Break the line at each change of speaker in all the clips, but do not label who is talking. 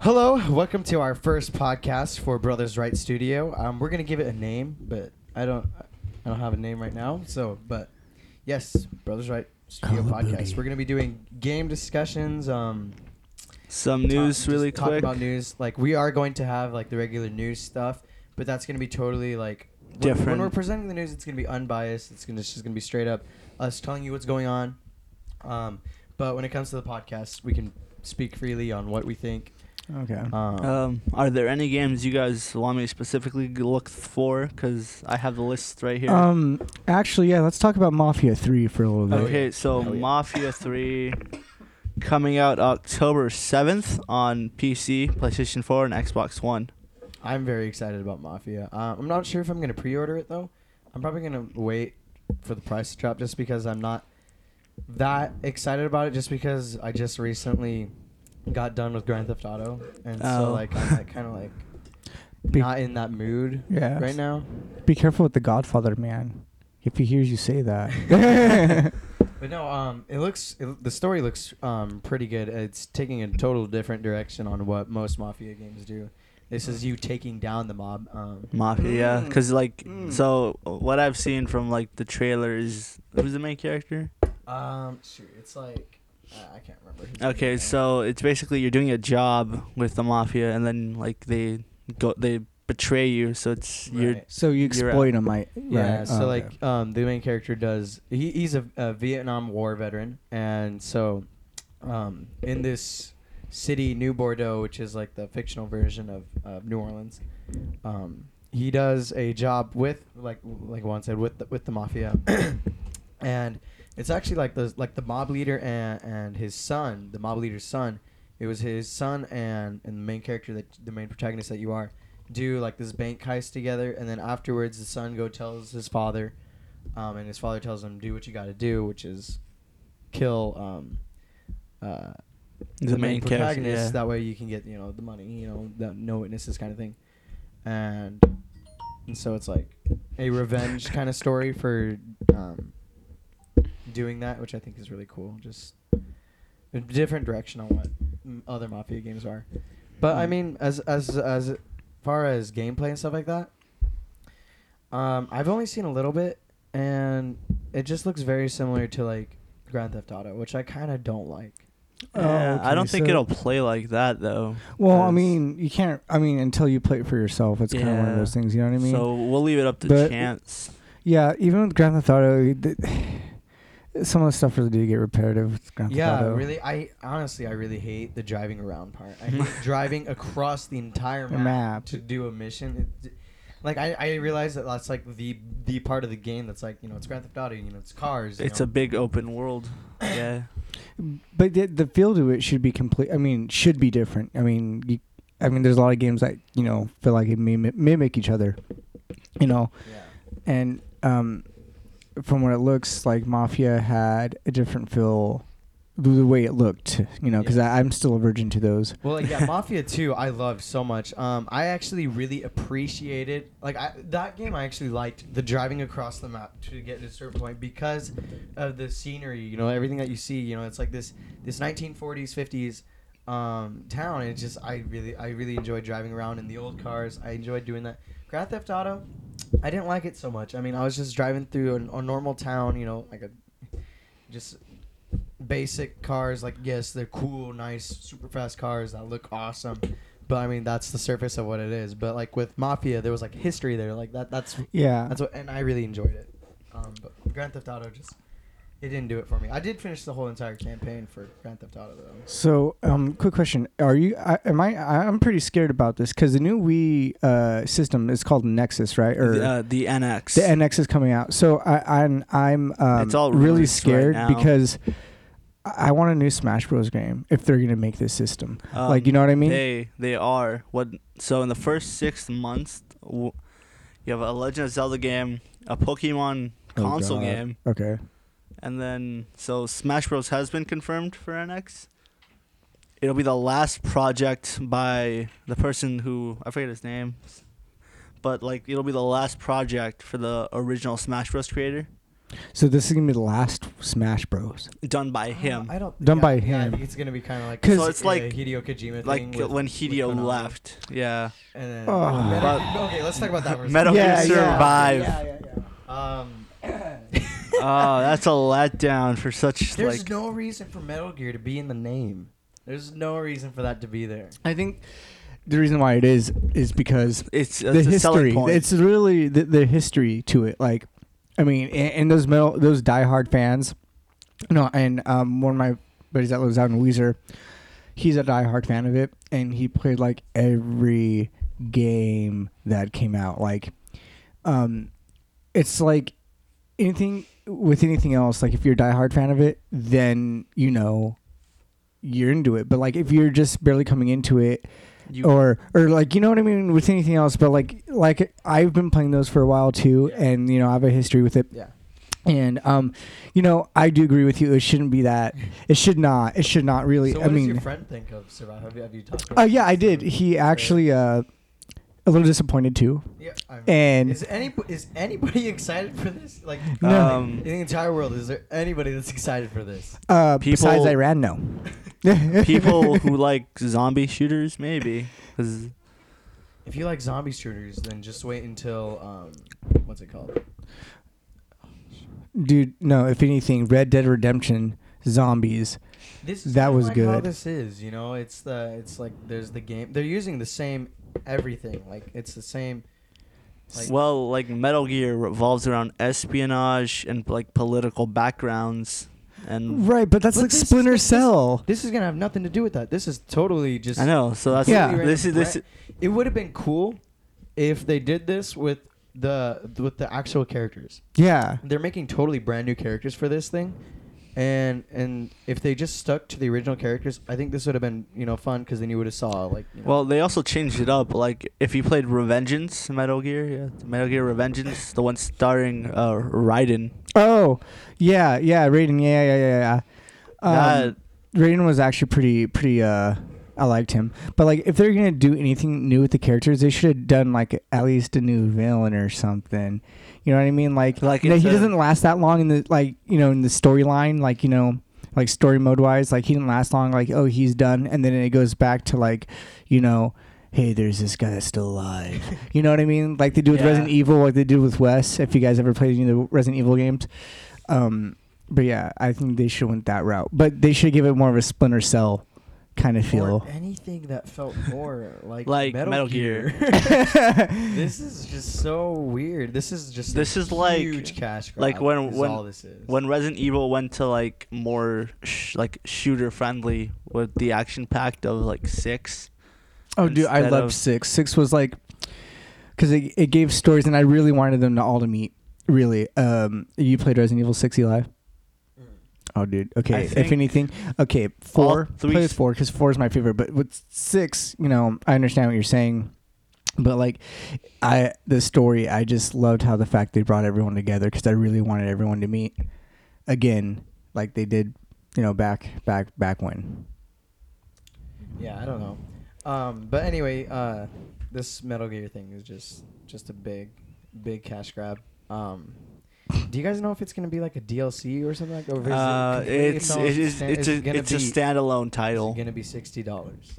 Hello, welcome to our first podcast for Brothers Right Studio. Um, we're gonna give it a name, but I don't, I don't have a name right now. So, but yes, Brothers Right Studio
Call of
podcast.
Duty.
We're gonna be doing game discussions. Um,
Some news
talk-
really
just talking
quick.
about news. Like we are going to have like the regular news stuff, but that's gonna be totally like when- When
Different.
we're presenting the news, it's gonna be unbiased. It's gonna it's just gonna be straight up us telling you what's going on. Um, but when it comes to the podcast, we can speak freely on what we think.
Okay.
Um,
Um, are there any games you guys want me to specifically g- look for? Because I have the list right here.
Um. Actually, yeah. Let's talk about Mafia Three for a little bit.
okay,
yeah.
so
Hell yeah.
Mafia 3 coming out October 7th on PC, PlayStation 4, and Xbox One.
I'm very excited about Mafia. Uh, I'm not sure if I'm going to pre-order it though. I'm probably going to wait for the price to drop just because I'm not that excited about it. Just because I just recently got done with Grand Theft Auto, and so
Oh.
like I'm like, kind of like
Be-
not in that mood
Yeah.
right now.
Be careful with the Godfather, man. If he hears you say that.
But no, um, it looks it, the story looks um pretty good. It's taking a total different direction on what most Mafia games do. This is you taking down the mob. Um,
Mafia, yeah.
Mm.
'Cause like,
Mm.
so what I've seen from like the trailer is who's the main character?
um, shoot, it's like I I can't remember. his name
Okay,
now.
so it's basically you're doing a job with the mafia, and then like they go, they betray you. So it's you're
Right.
so you
You're
exploit him, I.
Yeah,
right,
so
okay.
like um, the main character does. He, he's a, a Vietnam War veteran, and so um, in this city, New Bordeaux, which is like the fictional version of, of New Orleans, um, he does a job with like like Juan said with the, with the mafia, and it's actually like the like the mob leader and and his son, the mob leader's son. It was his son and and the main character that the main protagonist that you are do like this bank heist together, and then afterwards the son go tells his father, um, and his father tells him do what you got to do, which is kill um, uh,
the, main, character.
protagonist.
Yeah.
That way you can get you know the money, you know the no witnesses kind of thing, and and so it's like a revenge kind of story for um, doing that, which I think is really cool. Just a different direction on what m- other mafia games are. But I
Mm.
mean, as as as far as gameplay and stuff like that, um, I've only seen a little bit, and it just looks very similar to like Grand Theft Auto, which I kind of don't like.
Oh,
Yeah, I
okay,
don't think
so-
it'll play like that though.
Well, I
'cause-
mean, you can't. I mean, until you play it for yourself, it's kind of one of
Yeah.
those things. You know what I mean?
so we'll leave it up to
But-
chance.
yeah. Even with Grand Theft Auto, th- some of the stuff really did get repetitive. With Grand Theft
Yeah,
Auto.
really. I honestly, I really hate the driving around part. I hate driving across the entire
The
map,
map.
to do a mission. It, like I, I realize that that's like the the part of the game that's like you know it's Grand Theft Auto, you know it's cars. you
It's
know.
a big open world. Yeah.
But the, the feel to it should be complete. I mean, should be different. I mean, you, I mean, there's a lot of games that you know feel like it mimic, mimic each other. You know,
yeah.
and um, from what it looks like, Mafia had a different feel, the- the way it looked. You know, because
Yeah.
I'm still a virgin to those.
Well, like, yeah, Mafia 2, I loved so much. Um, I actually really appreciated like I, that game. I actually liked the driving across the map to get to a certain point because of the scenery. You know, everything that you see. You know, it's like this this 1940s, 50s um, town. It's just I really I really enjoyed driving around in the old cars. I enjoyed doing that. Grand Theft Auto, I didn't like it so much. I mean, I was just driving through an, a normal town. You know, like a just basic cars like yes they're cool nice super fast cars that look awesome but i mean that's the surface of what it is but like with mafia there was like history there like that that's
Yeah.
that's what and i really enjoyed it um but grand theft auto just it didn't do it for me i did finish the whole entire campaign for grand theft auto though
So, um, quick question: Are you? I, am I? I- I'm pretty scared about this because the new Wii uh, system is called Nexus, right? Or
the, uh, the NX.
Er. The NX is coming out, so I, I'm I'm um,
It's all
really
released right
scared
now.
because I I want a new Smash Bros. game if they're gonna make this system.
Um,
like you know what I mean?
They they are what. So in the first six months, w- you have a Legend of Zelda game, a Pokemon
Oh,
console
God.
game,
okay.
and then so Smash Bros has been confirmed for NX. It'll be the last project by the person who I forget his name, but like it'll be the last project for the original Smash Bros creator.
So this is gonna be the last Smash Bros.
done by him.
Oh, I don't.
Done
yeah,
by
yeah, I
him.
think it's gonna be kind of like
'Cause-
So it's
the
like-
Hideo Kojima thing
like
with-
when
with
Hideo
Konami.
left. Yeah.
And then
Oh.
Metal-
But-
okay, let's talk about that. for a
Metal
second.
Yeah, Gear yeah. Survive.
Yeah, yeah,
Um,
oh, that's a letdown for such
there's
like.
no reason for Metal Gear to be in the name. There's no reason for that to be there.
I think the reason why it is is because
it's it's
the
a selling
history.
point.
It's really the, the history to it. Like, I mean, and, and those metal, those diehard fans. No, and um, one of my buddies that lives out in Weezer, he's a diehard fan of it, and he played like every game that came out. Like, um, it's like anything with anything else. Like, if you're a diehard fan of it, then you know you're into it. But like, if you're just barely coming into it,
you,
or or like you know what I mean with anything else, but like like I've been playing those for a while too,
Yeah.
and you know I have a history with it,
Yeah.
and um, you know I do agree with you. It shouldn't be that. It should not. It should not really.
so
I
what does
mean,
your friend think of Survive? Have you, have you talked?
uh,
about
yeah,
this?
I did. He actually uh, a little disappointed too,
Yeah, I mean,
and
is any is anybody excited for this? Like
no.
um,
in the entire world, is there anybody that's excited for this?
uh, besides
people-
Iran, no.
people who like zombie shooters, maybe. 'Cause-
If you like zombie shooters, then just wait until um, what's it called?
dude, no. If anything, Red Dead Redemption zombies.
This
That
kinda
was
like How
good.
this is, you know, it's the it's like there's the game. They're using the same everything. Like it's the same. Like,
well, like Metal Gear revolves around espionage and like political backgrounds, and
Right, but that's
Mm. But
like
this is-
Splinter
this is-
Cell.
this is gonna have nothing to do with that. This is totally just.
I know. So that's
Yeah.
completely
This is
random.
this.
It would have been cool if they did this with the with the actual characters.
Yeah.
They're making totally brand new characters for this thing. And and if they just stuck to the original characters, I think this would have been you know fun because then you would have saw like you know,
Well, they also changed it up. Like if you played Revengeance, Metal Gear, yeah, Metal Gear Revengeance, the one starring uh, Raiden.
Oh, yeah, yeah, Raiden, yeah, yeah, yeah, yeah. yeah. Um,
that
Raiden was actually pretty, pretty. uh I liked him, but like, if they're gonna do anything new with the characters, they should have done like at least a new villain or something. You know what I mean? Like,
Like
you know,
it's
he
a-
doesn't last that long in the like, you know, in the storyline. Like, you know, like story mode wise, like he didn't last long. Like, oh, he's done, and then it goes back to like, you know. Hey, there's this guy that's still alive. You know what I mean? Like they do with
Yeah.
Resident Evil, like they do with Wes. If you guys ever played any of the Resident Evil games, um, but yeah, I think they should went that route. But they should give it more of a Splinter Cell kind of
or
feel.
anything that felt more like
Like Metal Gear.
this is just so weird. This is just
This
a
is like-
huge cash grab.
like when-
is
when-
all this is.
when Resident Evil went to like more sh- like shooter friendly with the action packed of like six.
oh, dude, I
instead
loved
of-
six. Six was like because it, it gave stories, and I really wanted them to all to meet. Really, um, you played Resident Evil Six, Eli?
Mm.
Oh, dude.
I
Okay,
think
if anything, okay, four.
three
play
s-
with four because four is my favorite. But with six, you know, I understand what you're saying, but like, I the story, I just loved how the fact they brought everyone together because I really wanted everyone to meet again, like they did, you know, back back back when.
yeah, I don't know. Um, but anyway, uh, this Metal Gear thing is just just a big, big cash grab. Um, do you guys know if it's gonna be like a DLC or something like? Or is it
Uh,
completely
it's
its own
it is
sta-
it's
is
a
it gonna
it's a
be-
standalone
Is
title.
it gonna be sixty dollars?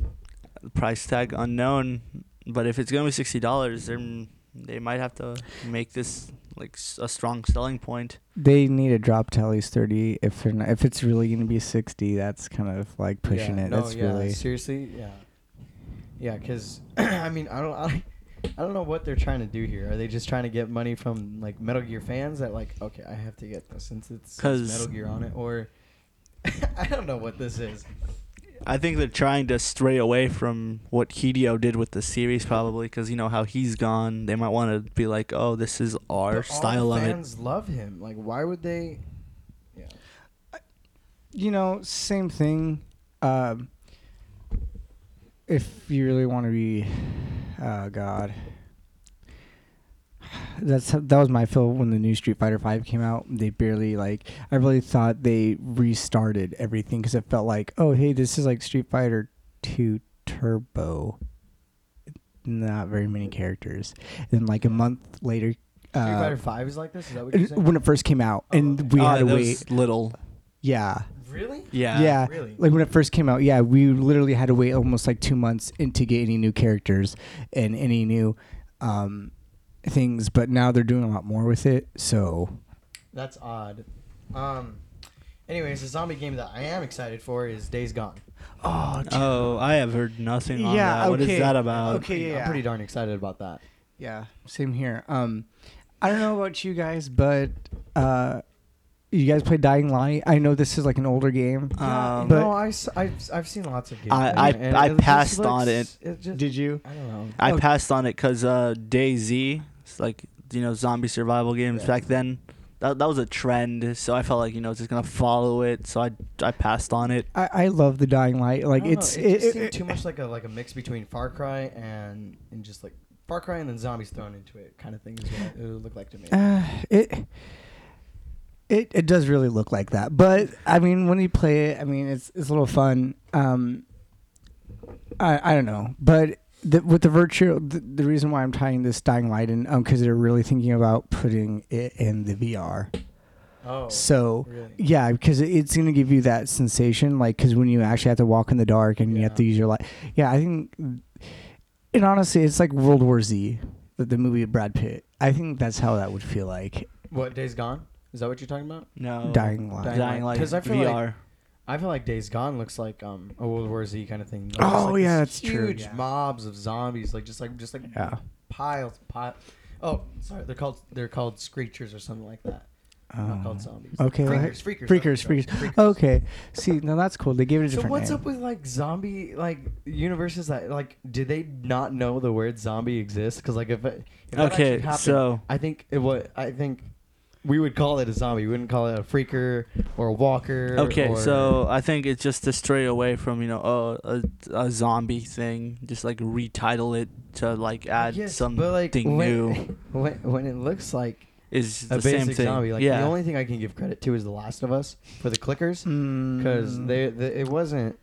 Price tag unknown, but if it's gonna be sixty dollars, they they might have to make this like s- a strong selling point.
They need to drop to at least thirty. If they're not, if it's really gonna be sixty, that's kind of like pushing
yeah,
it.
No,
that's
yeah,
really
seriously, yeah, yeah. Because I mean, I don't, I, don't- I don't know what they're trying to do here. Are they just trying to get money from like Metal Gear fans that like, okay, I have to get this since it's since
'Cause-
Metal Gear on it, or I don't know what this is.
I think they're trying to stray away from what Hideo did with the series, probably because you know how he's gone. They might want to be like, "Oh, this is our
But all
style
the
of it."
fans love him. Like, why would they? Yeah.
you know, same thing. Um, if you really want to be, oh god, that's that was my feel when the new Street Fighter Five came out. They barely like. I really thought they restarted everything because it felt like, oh hey, this is like Street Fighter Two Turbo. Not very many characters. And then like a month later,
Street
uh,
Fighter Five is like this. Is that what you're saying?
when it first came out,
Oh,
and
okay.
we
Oh,
had to
that
wait.
was little.
Yeah,
Really?
Yeah.
yeah.
Really?
Like when it first came out, yeah, we literally had to wait almost like two months in to get any new characters and any new um, things. But now they're doing a lot more with it. So
That's odd. Um. Anyways, the zombie game that I am excited for is Days Gone.
oh,
Oh, I have heard nothing on
Yeah,
that. What
okay.
is that about?
Okay. yeah,
I'm
yeah.
pretty darn excited about that.
Yeah, same here. Um, I don't know about you guys, but uh, you guys play Dying Light. I know this is like an older game.
Yeah,
Um,
but-
no, I, have I've seen lots of games.
I- I- I passed on it.
just,
Did you?
I don't know.
I
Okay.
passed on it because uh, DayZ, it's like you know, zombie survival games
Yeah.
back then. That, that was a trend, so I felt like you know it's just gonna follow it. So I I passed on it.
I, I love the Dying Light.
I
Like
don't know,
it's
it, just
it-
seemed
it-
too much like a like a mix between Far Cry and and just like Far Cry and then zombies thrown into it kind of thing is what it would look like to me.
Uh, it it it does really look like that. But I mean, when you play it, I mean, it's it's a little fun. Um, I I don't know, but the, with the virtual, the, the reason why I'm tying this Dying Light in, um, because they're really thinking about putting it in the VR.
Oh,
So
really?
yeah, because it- it's gonna give you that sensation, like because when you actually have to walk in the dark and you have
Yeah.
to use your light. Yeah, I think, and honestly, it's like World War Z, the, the movie of Brad Pitt. I think that's how that would feel like
What Days Gone? Is that what you're talking about?
No,
dying light.
Dying
dying
Light.
like
'Cause I feel like-
VR.
I feel like Days Gone looks like um a World War Z kind of thing. Like,
Oh,
just, like,
yeah,
these
that's true,
Huge
yeah.
mobs of zombies, like just like just like
Yeah.
piles piles. Oh, sorry, they're called they're called screechers or something like that. Not
Oh.
called zombies.
Okay,
freakers, freakers,
Freakers,
that's what it's
freakers.
called,
Okay, see, now that's cool. They gave it a
So
different
what's
name.
up with like zombie like universes that like do they not know the word zombie exists? Because like if, it, if that
Okay,
actually happened,
so-
I think it would I think we would call it a zombie. We wouldn't call it a freaker or a walker.
Okay,
or-
so I think it's just to stray away from you know uh, a a zombie thing, just like retitle it to like add
Yes,
something
but, like, when,
new.
When, when it looks like
Is
a
the same
basic
thing.
zombie, like
yeah.
the only thing I can give credit to is The Last of Us for the clickers
Hmm.
because
Mm.
they, they it wasn't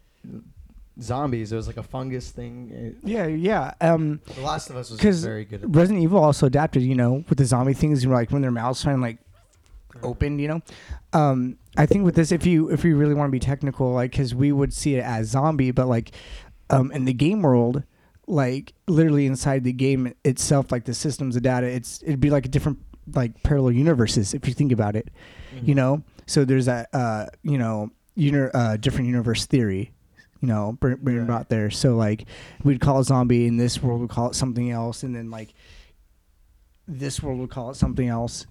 zombies. It was like a fungus thing.
Yeah, yeah. Um,
It- the Last of Us was
'Cause
very good. At
Resident Evil also adapted, you know, with the zombie things, you know, like when their mouths kind of like opened, you know. Um, I think with this, if you if you really want to be technical, like, because we would see it as zombie, but like, um, in the game world, like literally inside the game itself, like the systems, the data, it's it'd be like a different like parallel universes if you think about it, you know. So there's that uh, you know, uni- uh, different universe theory. You know, bring, bring
Right.
about there. So like, we'd call it zombie in this world, we would call it something else, and then like, this world would call it something else.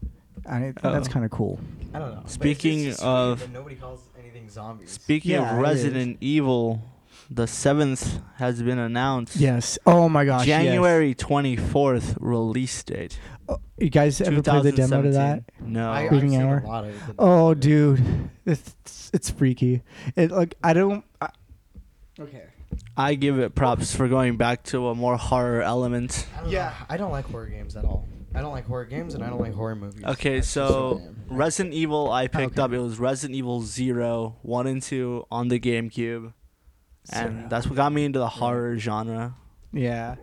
I, that's
Oh.
kind of cool.
I don't know. But it's-
Speaking
it's just weird
of-
that nobody calls anything zombies.
Speaking
Yeah,
of
it is.
Resident Evil, the seventh has been announced.
Yes. Oh my gosh. yes.
January twenty fourth release date.
Oh, you guys ever played the demo to that?
2017. No.
I, I've
Speaking
seen
hour.
a lot of. the-
Oh, dude, it's it's freaky. It like I don't. I, okay.
I give it props for going back to a more horror element.
I don't know.
Yeah.
I don't like horror games at all. I don't like horror games, and I don't like horror movies.
Okay,
That's just who
so
I am.
Resident Evil I picked
Okay.
up. It was Resident Evil Zero, One and 2 on the GameCube.
Zero.
And that's what got me into the horror genre.
Yeah.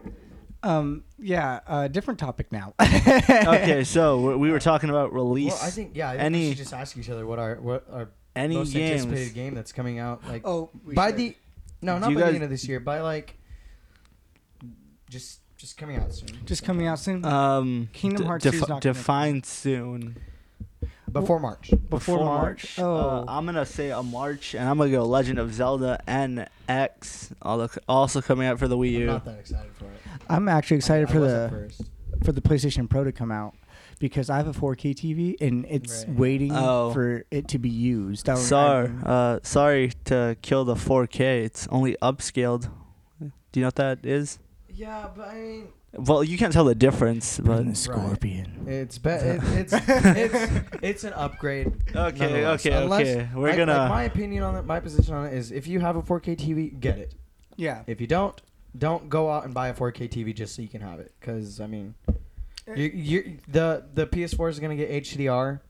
Um. Yeah. Uh. Different topic now.
Okay, so we- we were talking about release.
Well, I think yeah. I think we
any-
should just ask each other what our what our
Any
most
games?
anticipated game that's coming out like
Oh.
by the no
Do
not
you
by
guys-
the end of this year by like just just coming out soon
just coming out soon.
Um,
Kingdom
de-
Hearts
defi-
2 is not gonna-
defined soon.
before March.
Before March?
Uh,
Oh.
I'm gonna say a March, and I'm gonna go Legend of Zelda NX, although c- also coming out for the Wii
I'm
U.
not that excited for it.
I'm actually excited
I
for
wasn't
the
first.
for the PlayStation Pro to come out because I have a 4K TV and it's
Right.
waiting
Oh.
for it to be used. I don't- I
sorry,
don't-
uh, sorry to kill the 4K. It's only upscaled. Do you know what that is?
Yeah, but I mean,
Well, you can't tell the difference,
Put
but
in the scorpion.
it's be- it, it's it's it's an upgrade.
okay,
nonetheless.
okay,
Unless-
okay. We're
like-
gonna.
like my opinion on it, my position on it is, if you have a 4K TV, get it.
Yeah.
If you don't, don't go out and buy a 4K TV just so you can have it. Because I mean,
Uh,
you, you, the the PS4 is gonna get HDR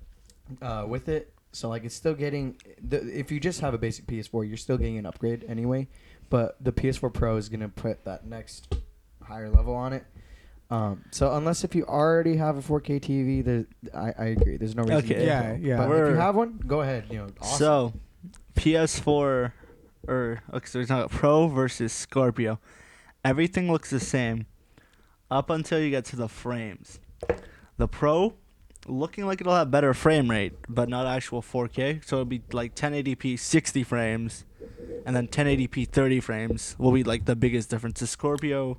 uh, with it, so like it's still getting. The, if you just have a basic PS4, you're still getting an upgrade anyway. But the PS4 Pro is gonna put that next higher level on it. Um, so unless if you already have a 4K TV, there's, I, I agree. There's no reason.
Okay.
To
Yeah,
go.
yeah.
But if
We're-
you have one, go ahead. You know, awesome.
So, PS4 or okay, so it's not Pro versus Scorpio. Everything looks the same up until you get to the frames. The Pro looking like it'll have better frame rate, but not actual 4K. So it'll be like 1080p 60 frames, and then 1080p 30 frames will be like the biggest difference. The Scorpio,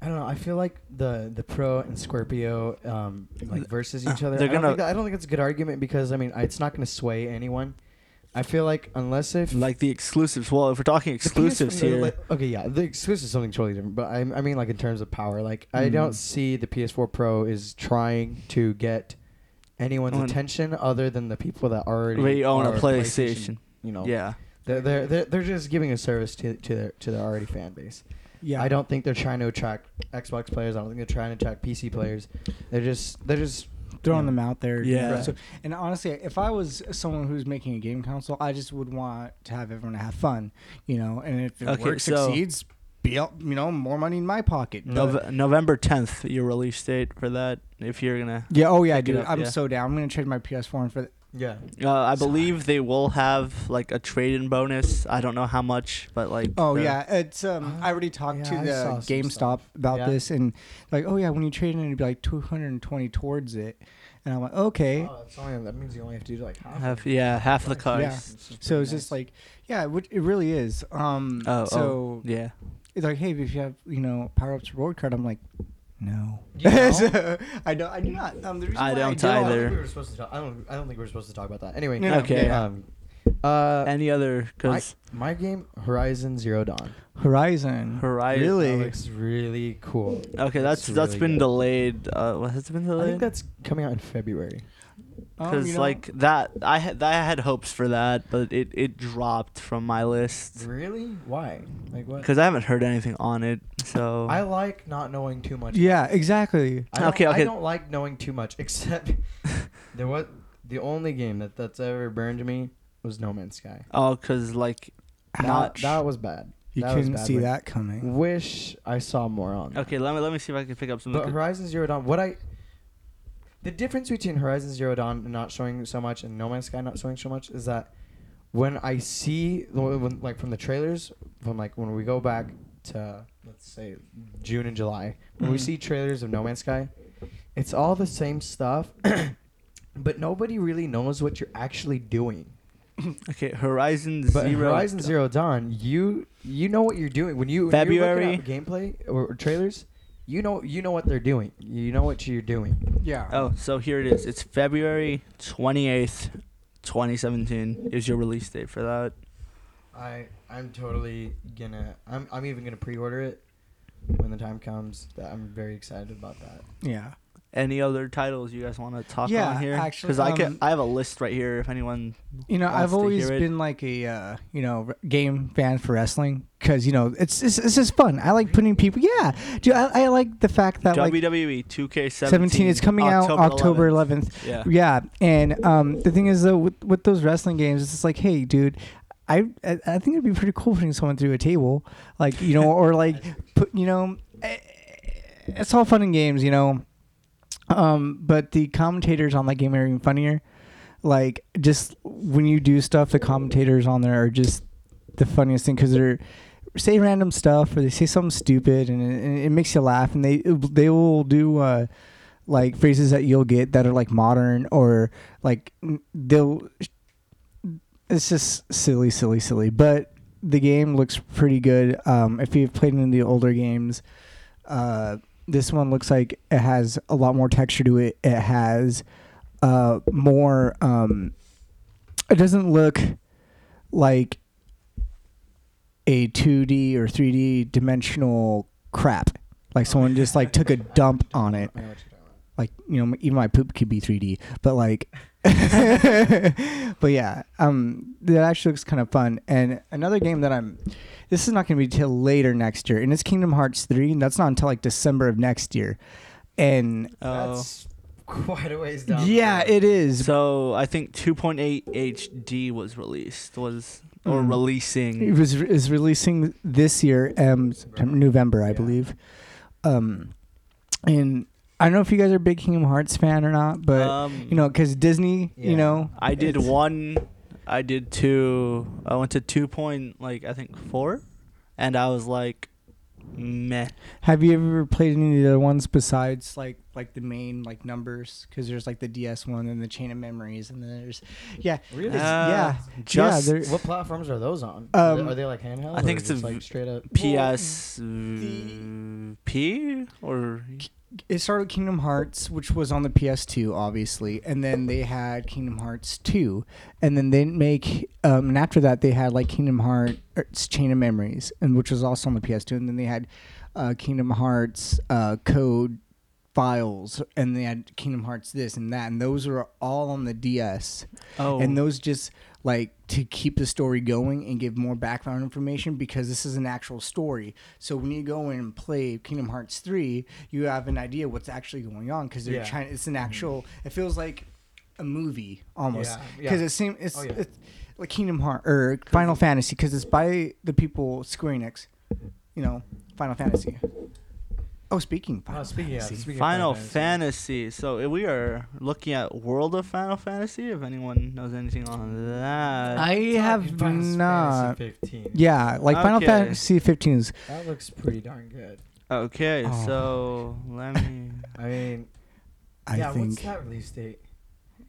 I don't know. I feel like the the Pro and Scorpio um, like versus each other.
uh, They're
I don't,
gonna-
think that- I don't think it's a good argument because I mean it's not going to sway anyone. I feel like unless if
like the exclusives. Well, if we're talking
the PS
exclusives
the-
here,
like- okay, yeah, the exclusive is something totally different. But I, I mean, like in terms of power, like I
Mhm.
don't see the PS4 Pro is trying to get anyone's
On-
attention other than the people that already
we own a
are
PlayStation.
You know,
Yeah.
they're, they're they're they're just giving a service to to their to their already fan base.
Yeah,
I don't think they're trying to attract Xbox players. I don't think they're trying to attract PC players. They're just they're just
throwing
Yeah.
them out there.
Yeah.
So- and honestly, if I was someone who's making a game console, I just would want to have everyone have fun, you know. And if it
Okay,
works,
so-
succeeds, be out- you know more money in my pocket. But-
Nov- November 10th, your release date for that. If you're gonna,
yeah. Oh yeah,
Pick it
dude.
up,
I'm
yeah.
so down. I'm gonna trade my PS4 in for. th-
yeah.
uh, I believe they will have like a trade-in bonus. I don't know how much, but like.
Oh
the-
yeah, it's um. I already talked
yeah, I saw
to
some
the GameStop
stuff.
about
Yeah.
this, and like, oh yeah, when you trade in, it'd be like 220 towards it, and I'm like, okay.
Oh, that's only, that means you only have to do like half.
half, yeah, half the
Nice.
cars.
Yeah. So it's just like, yeah, it, would- it really is. Um,
Oh,
so
oh, yeah.
it's like, hey, if you have, you know, power ups reward card, I'm like, no.
You don't?
So, I don't. I do not. Um, the reason
I
why
don't
I
I don't think
either.
we were supposed to talk. I don't. I don't think we were supposed to talk about that. Anyway.
No, no,
Okay. yeah.
Um, uh,
Any other?
my,
Because
my game Horizon Zero Dawn.
Horizon.
Horizon.
That
Really?
looks really cool.
okay, that's that's
that's
been delayed. Uh, what, has it been
I think
delayed?
that's coming out in February.
Um,
Because
you know,
like that, I had I had hopes for that, but it it dropped from my list
Really? Why? Like what?
because I haven't heard anything on it. So
I like not knowing too much.
Yeah, exactly.
I don't,
Okay,
I
okay.
don't like knowing too much, except there was the only game that that's ever burned me was No Man's Sky.
oh, because like
That,
not
that was bad.
You
that was
couldn't
bad,
see
but-
that coming.
Wish I saw more on. that.
Okay, let me let me see if I can pick up some.
But Horizon Zero Dawn, what I the difference between Horizon Zero Dawn and not showing so much and No Man's Sky not showing so much is that when I see when, when- like from the trailers from like when we go back to let's say June and July when we
Mhm.
see trailers of No Man's Sky, it's all the same stuff, but nobody really knows what you're actually doing.
Okay, Horizon
But in
Zero.
Horizon Zero Dawn, you you know what you're doing when you when you're
February.
looking at gameplay or, or trailers. You know you know what they're doing. You know what you're doing.
Yeah.
Oh, so here it is. It's February 28th, 2017 is your release date for that.
I I'm totally gonna I'm I'm even gonna pre-order it when the time comes. That I'm very excited about that.
Yeah.
Any other titles you guys want to talk
Yeah,
on here?
actually,
because I
um,
can I have a list right here. If anyone,
You know,
wants
I've
to
always
hear it.
been like a uh, you know r- game fan for wrestling because you know it's, it's it's just fun. I like putting people. Yeah, dude, I, I like the fact that like
WWE 2K17.
seventeen is coming out October eleventh.
Yeah.
Yeah, and um, the thing is though, with, with those wrestling games, it's just like, hey, dude, I I, I think it'd be pretty cool putting someone through a table, like you know, or like put you know, eh, it's all fun and games, you know, um, but the commentators on that game are even funnier. Like just when you do stuff, the commentators on there are just the funniest thing because they're say random stuff or they say something stupid and it, and it makes you laugh and they they will do uh, like phrases that you'll get that are like modern or like n- they'll it's just silly silly silly but the game looks pretty good um, if you've played any of the older games uh, this one looks like it has a lot more texture to it it has uh, more um, it doesn't look like a 2d or 3d dimensional crap like someone just like took a dump on it
I know what you're talking about.
like you know even my poop could be 3d but like but yeah um that actually looks kind of fun and another game that i'm this is not going to be till later next year and it's kingdom hearts 3 and that's not until like december of next year and
Oh.
That's quite a ways down.
yeah it is
So I think 2.8 HD was released was or
Mm. it
releasing.
was is releasing this year um September- november i
Yeah.
believe um and I don't know if you guys are a big Kingdom Hearts fan or not, but
um,
you know, because Disney,
Yeah.
you know,
I did
it's-
one. I did two. I went to two point like I think four, and I was like, meh.
Have you ever played any of the other ones besides like like the main like numbers? Because there's like the DS one and the Chain of Memories, and then there's yeah,
Really?
Uh,
yeah,
Just
yeah. there-
what platforms are those on? are, they,
Um,
are they like handheld?
I
or
think it's a
just,
v-
like straight up.
PS P or
it started with Kingdom Hearts, which was on the PS2, obviously, and then they had Kingdom Hearts 2, and then they didn't make. Um, and after that, they had like Kingdom Hearts Chain of Memories, and which was also on the PS2, and then they had uh, Kingdom Hearts uh, Code Files, and they had Kingdom Hearts this and that, and those were all on the DS,
oh
and those just like to keep the story going and give more background information because this is an actual story. So when you go in and play Kingdom Hearts 3, you have an idea what's actually going on because they're
Yeah. Mm-hmm.
trying it's an actual it feels like a movie almost
Yeah, yeah.
because it seems it's,
Oh, yeah.
it's like Kingdom Heart or Final Fantasy because it's by the people Square Enix, you know, Final Fantasy. Oh, speaking Final
Oh, speaking, yeah,
Fantasy.
speaking
Final
of
Fantasy. So eh, we are looking at World of Final Fantasy. If anyone knows anything on that,
I
It's gotta be
have
Final Fantasy
not.
15.
Yeah, like Final
Okay.
Fantasy 15 is
That looks pretty darn good.
okay.
Oh.
So let me.
I mean,
I
yeah.
think
What's that release date?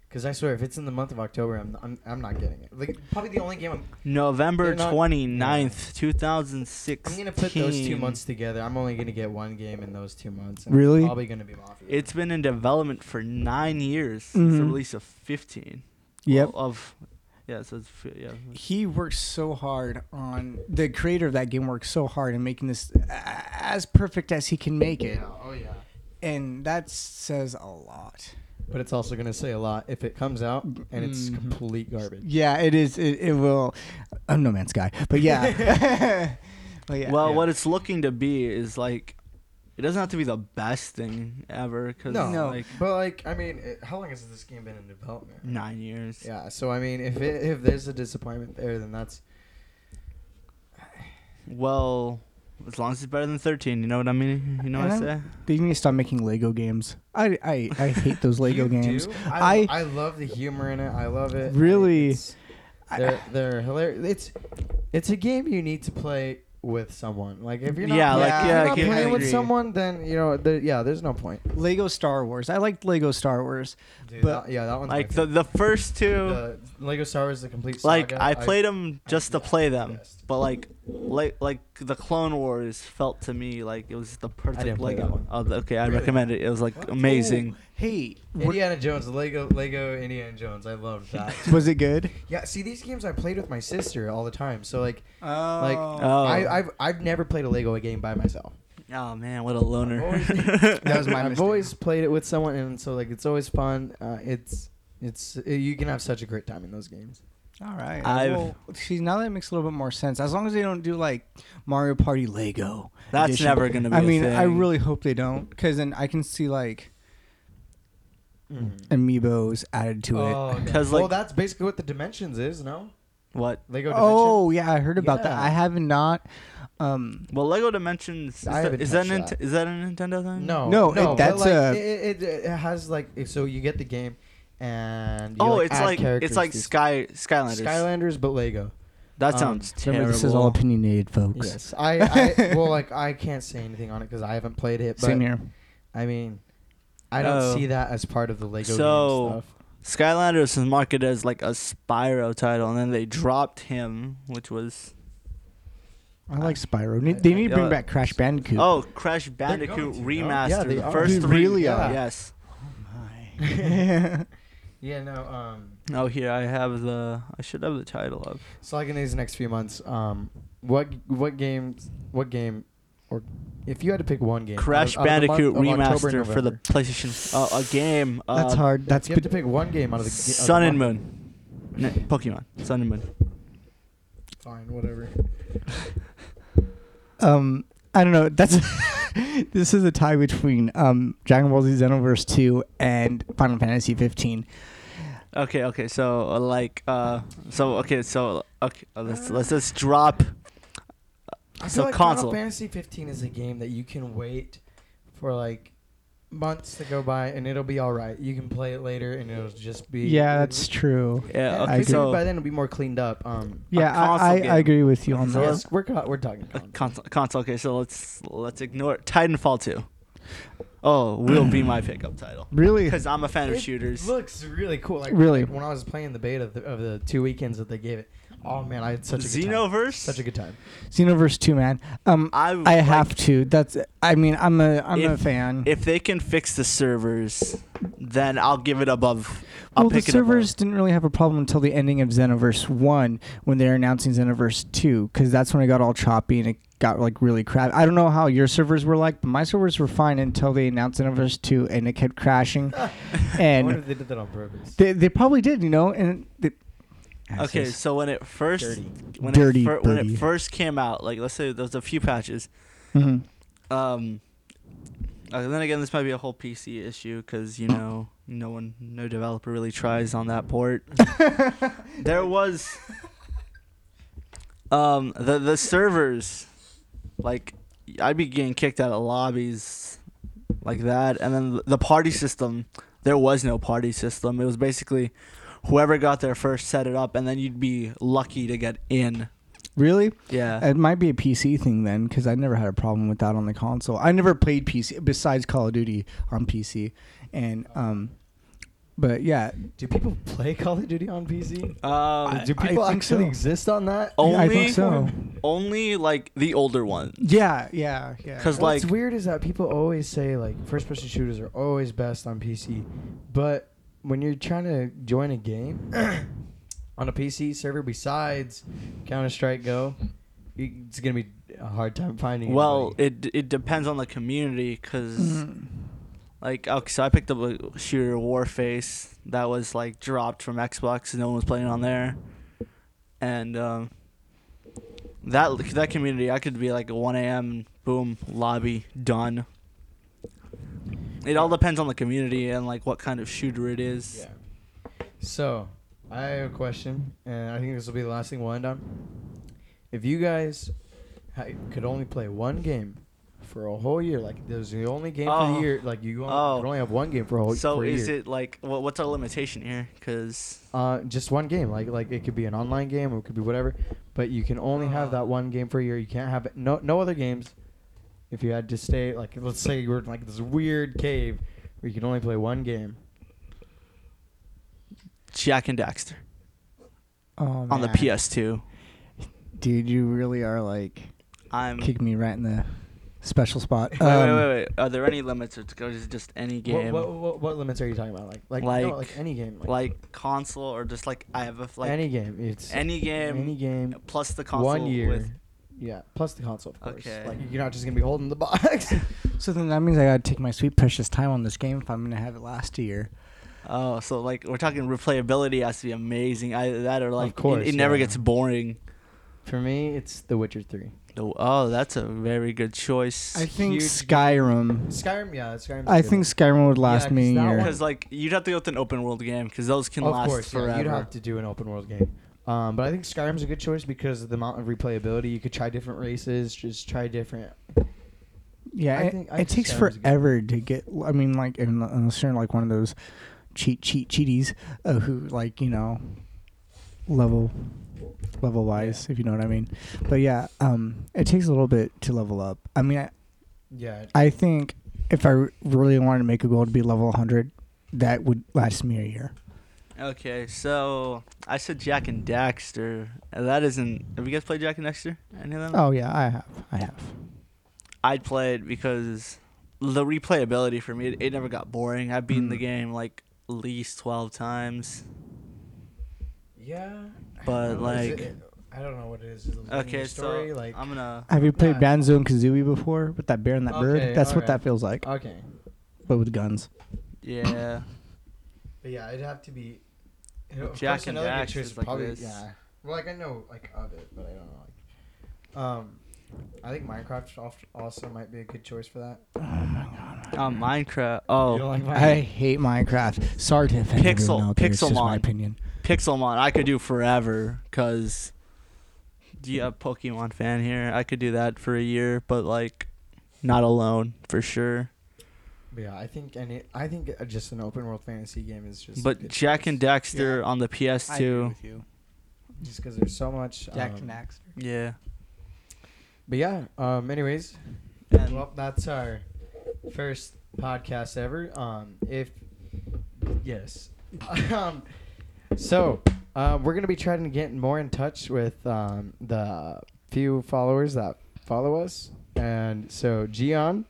Because I swear, if it's in the month of October, I'm I'm, I'm not getting it. Like probably the only game I'm,
November
They're not-
29th, 2016.
I'm gonna put those two months together. I'm only gonna get one game in those two months. and
Really?
It's probably gonna be Mafia.
It's been in development for nine years. It's a
Mhm.
release of 15.
Yep.
Well, Of, yeah, so it's, fi- yeah.
he works so hard on the creator of that game works so hard in making this a- as perfect as he can make it
Oh yeah.
and that says a lot
But it's also gonna say a lot if it comes out and it's
Mhm.
complete garbage.
yeah it is it, it will i'm no man's guy but yeah but yeah
well,
yeah.
what it's looking to be is like, it doesn't have to be the best thing ever because
No,
No.
like
But like, I mean, it, how long has this game been in development?
Mm.
nine years.
Yeah. So I mean, if it, if there's a disappointment there, then that's
Well, as long as it's better than 13, you know what I mean? You know what I
And
say?
they need to stop making lego games i i, I hate those lego
You do?
games
I,
I-
I love the humor in it. I love it.
Really?
It's- they're they're hilarious. It's it's a game you need to play with someone. Like if you're not
Yeah,
playing,
like,
if
yeah,
you're
I
not
can- I
playing with
agree.
someone, then you know there, yeah, there's no point.
lego star wars i liked lego star wars
Dude,
But-
that- yeah, that one's my
Like the, the first two.
favorite. The Lego Star Wars: The Complete Saga.
like I played them
I-
just to
yeah,
play
the
them,
best.
but like like like the Clone Wars felt to me like it was the perfect
didn't play
Lego.
that one.
Oh, the- okay, I
Really?
recommend it. It was like
What?
amazing.
Ooh, hey what-
Indiana Jones, Lego Lego Indiana Jones. I loved that.
was it good
yeah, see these games I played with my sister all the time. So like
like
Oh.
I, I've I've never played a Lego game by myself.
Oh man, what a loner.
Always-
That was my
I've
mistake.
always played it with someone, and so like it's always fun. Uh, it's it's uh, you can have such a great time in those games.
All right.
I've-
well, see, now that makes a little bit more sense. As long as they don't do like Mario Party Lego.
That's
edition.
never gonna be.
I
a
mean, I
thing.
really hope they don't, because then I can see like
Mm-hmm.
Mm. amiibos added to it.
Oh, okay.
'Cause,
well,
like-
that's basically what the dimensions is, no?
what.
Lego Dimensions.
Oh yeah, I heard about that.
Yeah.
I have not. Um,
Well, Lego Dimensions is
I
that,
haven't
is that,
touched
an,
that.
is that a Nintendo thing?
no,
No, it-
no, but,
that's uh,
like,
a-
It, it, it has like so you get the game, and you,
Oh,
like,
it's
add
like
characters
it's like
to-
Sky Skylanders.
Skylanders, but Lego.
That
Um,
sounds terrible.
remember, this is all opinionated, folks.
Yes, I, I well, like I can't say anything on it because I haven't played it. But
Same here.
I mean, I don't
Oh.
see that as part of the Lego game
So-
stuff.
Skylanders was marketed as like a Spyro title, and then they dropped him, which was
I like Spyro. Ne- They need to bring
uh,
back Crash Bandicoot.
Oh, Crash
going
Bandicoot
to, no?
remastered.
Yeah, they
the
are. uh,
first
Dude,
three.
really
are.
Yes.
my!
Yeah, no. Um,
Oh, here I have the. I should have the title of.
so like in these next few months, um, what what games, what game, or if you had to pick one game, out of-
Crash
out of the month
Bandicoot
of October and
remaster for the
November,
PlayStation. Uh, a game. Uh,
That's hard. That's
you have
been
to pick one game out of the ga- of the
Sun and
month.
Moon. No, Pokemon. Sun and Moon.
Fine, whatever.
um I don't know. That's this is a tie between um Dragon Ball Z Xenoverse 2 and Final Fantasy 15.
Okay. Okay. So uh, like. Uh. So okay. So okay. uh, Let's let's just drop.
I feel
So
like
console.
Final Fantasy 15 is a game that you can wait for like months to go by, and it'll be all right. You can play it later, and it'll just be
Yeah, that's true.
Yeah.
I
Okay.
figured
So
by then it'll be more cleaned up. Um,
Yeah,
console
I, I,
game.
I agree with you on
so
Console.
that.
let's, we're co- we're talking.
Uh,
Colin.
console, console. Okay, so let's let's ignore it. Titanfall two. Oh, will be my pickup title
Really?
because I'm a fan of
It
shooters.
Looks really cool. Like,
Really?
like, when I was playing the beta of the, of the two weekends that they gave it, oh man, I had such a good time.
Xenoverse.
Such a good time.
Xenoverse 2, man. Um, I,
I
have to. That's. I mean, I'm a I'm a
If-
fan.
If they can fix the servers, then I'll give it above. I'll
well, the
pick it above.
servers didn't really have a problem until the ending of Xenoverse 1 when they're announcing Xenoverse 2, because that's when it got all choppy and it got like really crap. I don't know how your servers were like, but my servers were fine until they announced Xenoverse 2 and it kept crashing.
I wonder
and
if they did that on purpose.
they, they probably did, you know? And they,
Okay, so when it first
Dirty.
when
Dirty
it fir- when
birdie.
it first came out, like let's say there was a few patches.
Mhm.
Um, uh, then again, this might be a whole PC issue because you know no one, no developer really tries on that port.
Mm-hmm.
there was um the the servers, like I'd be getting kicked out of lobbies like that, and then the party system. There was no party system. It was basically whoever got there first set it up, and then you'd be lucky to get in.
Really?
Yeah.
It might be a PC thing then, because I never had a problem with that on the console. I never played PC besides Call of Duty on PC, and um, but yeah,
Do people play Call of Duty on PC?
Um,
Do
I
people
think
actually
so.
exist on that?
Only,
I think so.
only like the older one.
Yeah, yeah, yeah.
'Cause-
What's
like-
weird is that people always say like first person shooters are always best on PC, but when you're trying to join a game on a PC server besides Counter Strike Go, you- it's gonna be a hard time finding.
Well,
anybody.
it it depends on the community because
Mhm.
like okay, so I picked up a shooter Warface that was like dropped from Xbox and no one was playing on there, and um, that that community I could be like 1 a.m. boom lobby done. It all depends on the community and like what kind of shooter it is.
yeah. So I have a question, and I think this will be the last thing we'll end on. If you guys ha- could only play one game. For a whole year, like there's the only game for
Oh.
the year. Like you only,
Oh.
could only have one game for a whole.
So
for a
is
year.
it like what, what's our limitation here? Because
Uh, just one game. Like like it could be an online game or it could be whatever, but you can only have
Ah.
that one game per year. You can't have no no other games. If you had to stay like let's say you were in like this weird cave where you can only play one game.
Jack and Daxter
Oh,
on the
man.
PS2.
dude, you really are like
I'm.
kicking me right in the special spot. Um,
Wait, wait,
Um,
wait, wait. Are there any limits, or is it just any game,
What, what, what, what limits are you talking about? Like like no,
Like-
like any game. Like,
like console, or just like I have a f- like
any game. It's
any game,
any game.
plus the console
One year.
with
yeah, plus the console, of course.
Okay.
Like you're not just gonna be holding the box.
So then that means I gotta take my sweet precious time on this game if I'm gonna have it last a year.
oh, so like we're talking replayability has to be amazing. Either that or like it-
course,
it, never
yeah.
gets boring.
For me, it's The Witcher Three.
No- Oh, that's a very good choice.
I think
Huge-
Skyrim.
Skyrim, yeah, Skyrim.
I think Skyrim would last
'cause
me a
that
year.
one-
because like you'd have to go with an open world game because those can last
yeah,
forever.
you'd have to do an open world game. Um, but I think Skyrim's a good choice because of the amount of replayability. You could try different races, just try different.
Yeah,
I
it,
think- I think
it takes
Skyrim was a good
forever to get. I mean, like in- unless you're like one of those cheat cheat cheaties uh, who like you know level level wise, if you know what I mean. But yeah, um, it takes a little bit to level up. I mean, I,
Yeah.
I think if I r- really wanted to make a goal to be level 100, that would last me a year.
Okay, so I said Jack and Daxter. and That isn't. Have you guys played Jack and Daxter? Any of them?
Oh yeah, I have, I have.
I'd play it because the replayability for me, it, it never got boring. I've beaten
Hmm.
the
Mm.
game like at least 12 times.
Yeah.
But, like-
I don't know what it is. Is it a
Okay,
linear story?
so
like,
I'm gonna.
Have you played
Yeah.
Banjo and Kazooie before with that bear and that
Okay,
bird? That's what
alright.
that feels like,
okay,
but with guns.
Yeah.
but yeah, it'd have to be. You of
Jack
course,
and
another good
Dax
choice
is like
probably,
this.
Yeah. Well, like I know like of it, but I don't know. Like, um, I think Minecraft al- also might be a good choice for that.
Oh my god.
On um, Minecraft.
You don't
Oh,
like
I
Minecraft?
hate Minecraft. Sorry to offend
Pixel-
everyone out there. It's just my
Pixelmon.
opinion.
Pixelmon. I could do forever because. Do you have Pokemon fan here? I could do that for a year, but like, not alone for sure.
But yeah, I think any, I think uh, just an open world fantasy game is just. a
But
good
Jack and
choice.
Daxter
Yeah.
on the
I agree
PS2.
with you.
Just because there's so much.
Jack
um,
and Daxter.
Yeah.
But yeah. Um. Anyways,
And-
well, that's our first podcast ever. Um. If yes. um. So, uh, we're gonna be trying to get more in touch with um the few followers that follow us, and so Gian.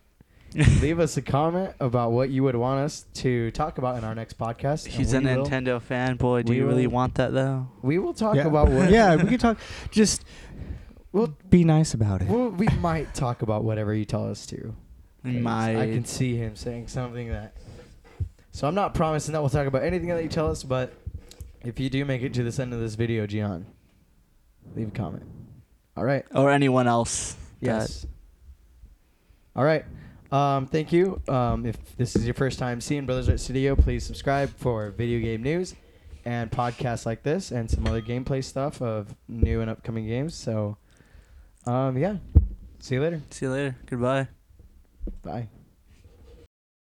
Leave us a comment about what you would want us to talk about in our next podcast. and
He's a
we will-
Nintendo fanboy. Do
we
you really
will-
want that though?
We will talk
yeah.
about what.
yeah, we can talk. Just
Well-
be nice about it.
Well, we might talk about whatever you tell us to. 'Cause
My.
I can see him saying something that. So I'm not promising that we'll talk about anything that you tell us, but if you do make it to this end of this video, Gian, leave a comment. All right.
Or anyone else.
Yes. All right. Um, thank you. Um, if this is your first time seeing Brothers Right Studio, please subscribe for video game news and podcasts like this and some other gameplay stuff of new and upcoming games. So, um, yeah. See you later.
That. See you later. Goodbye.
Bye.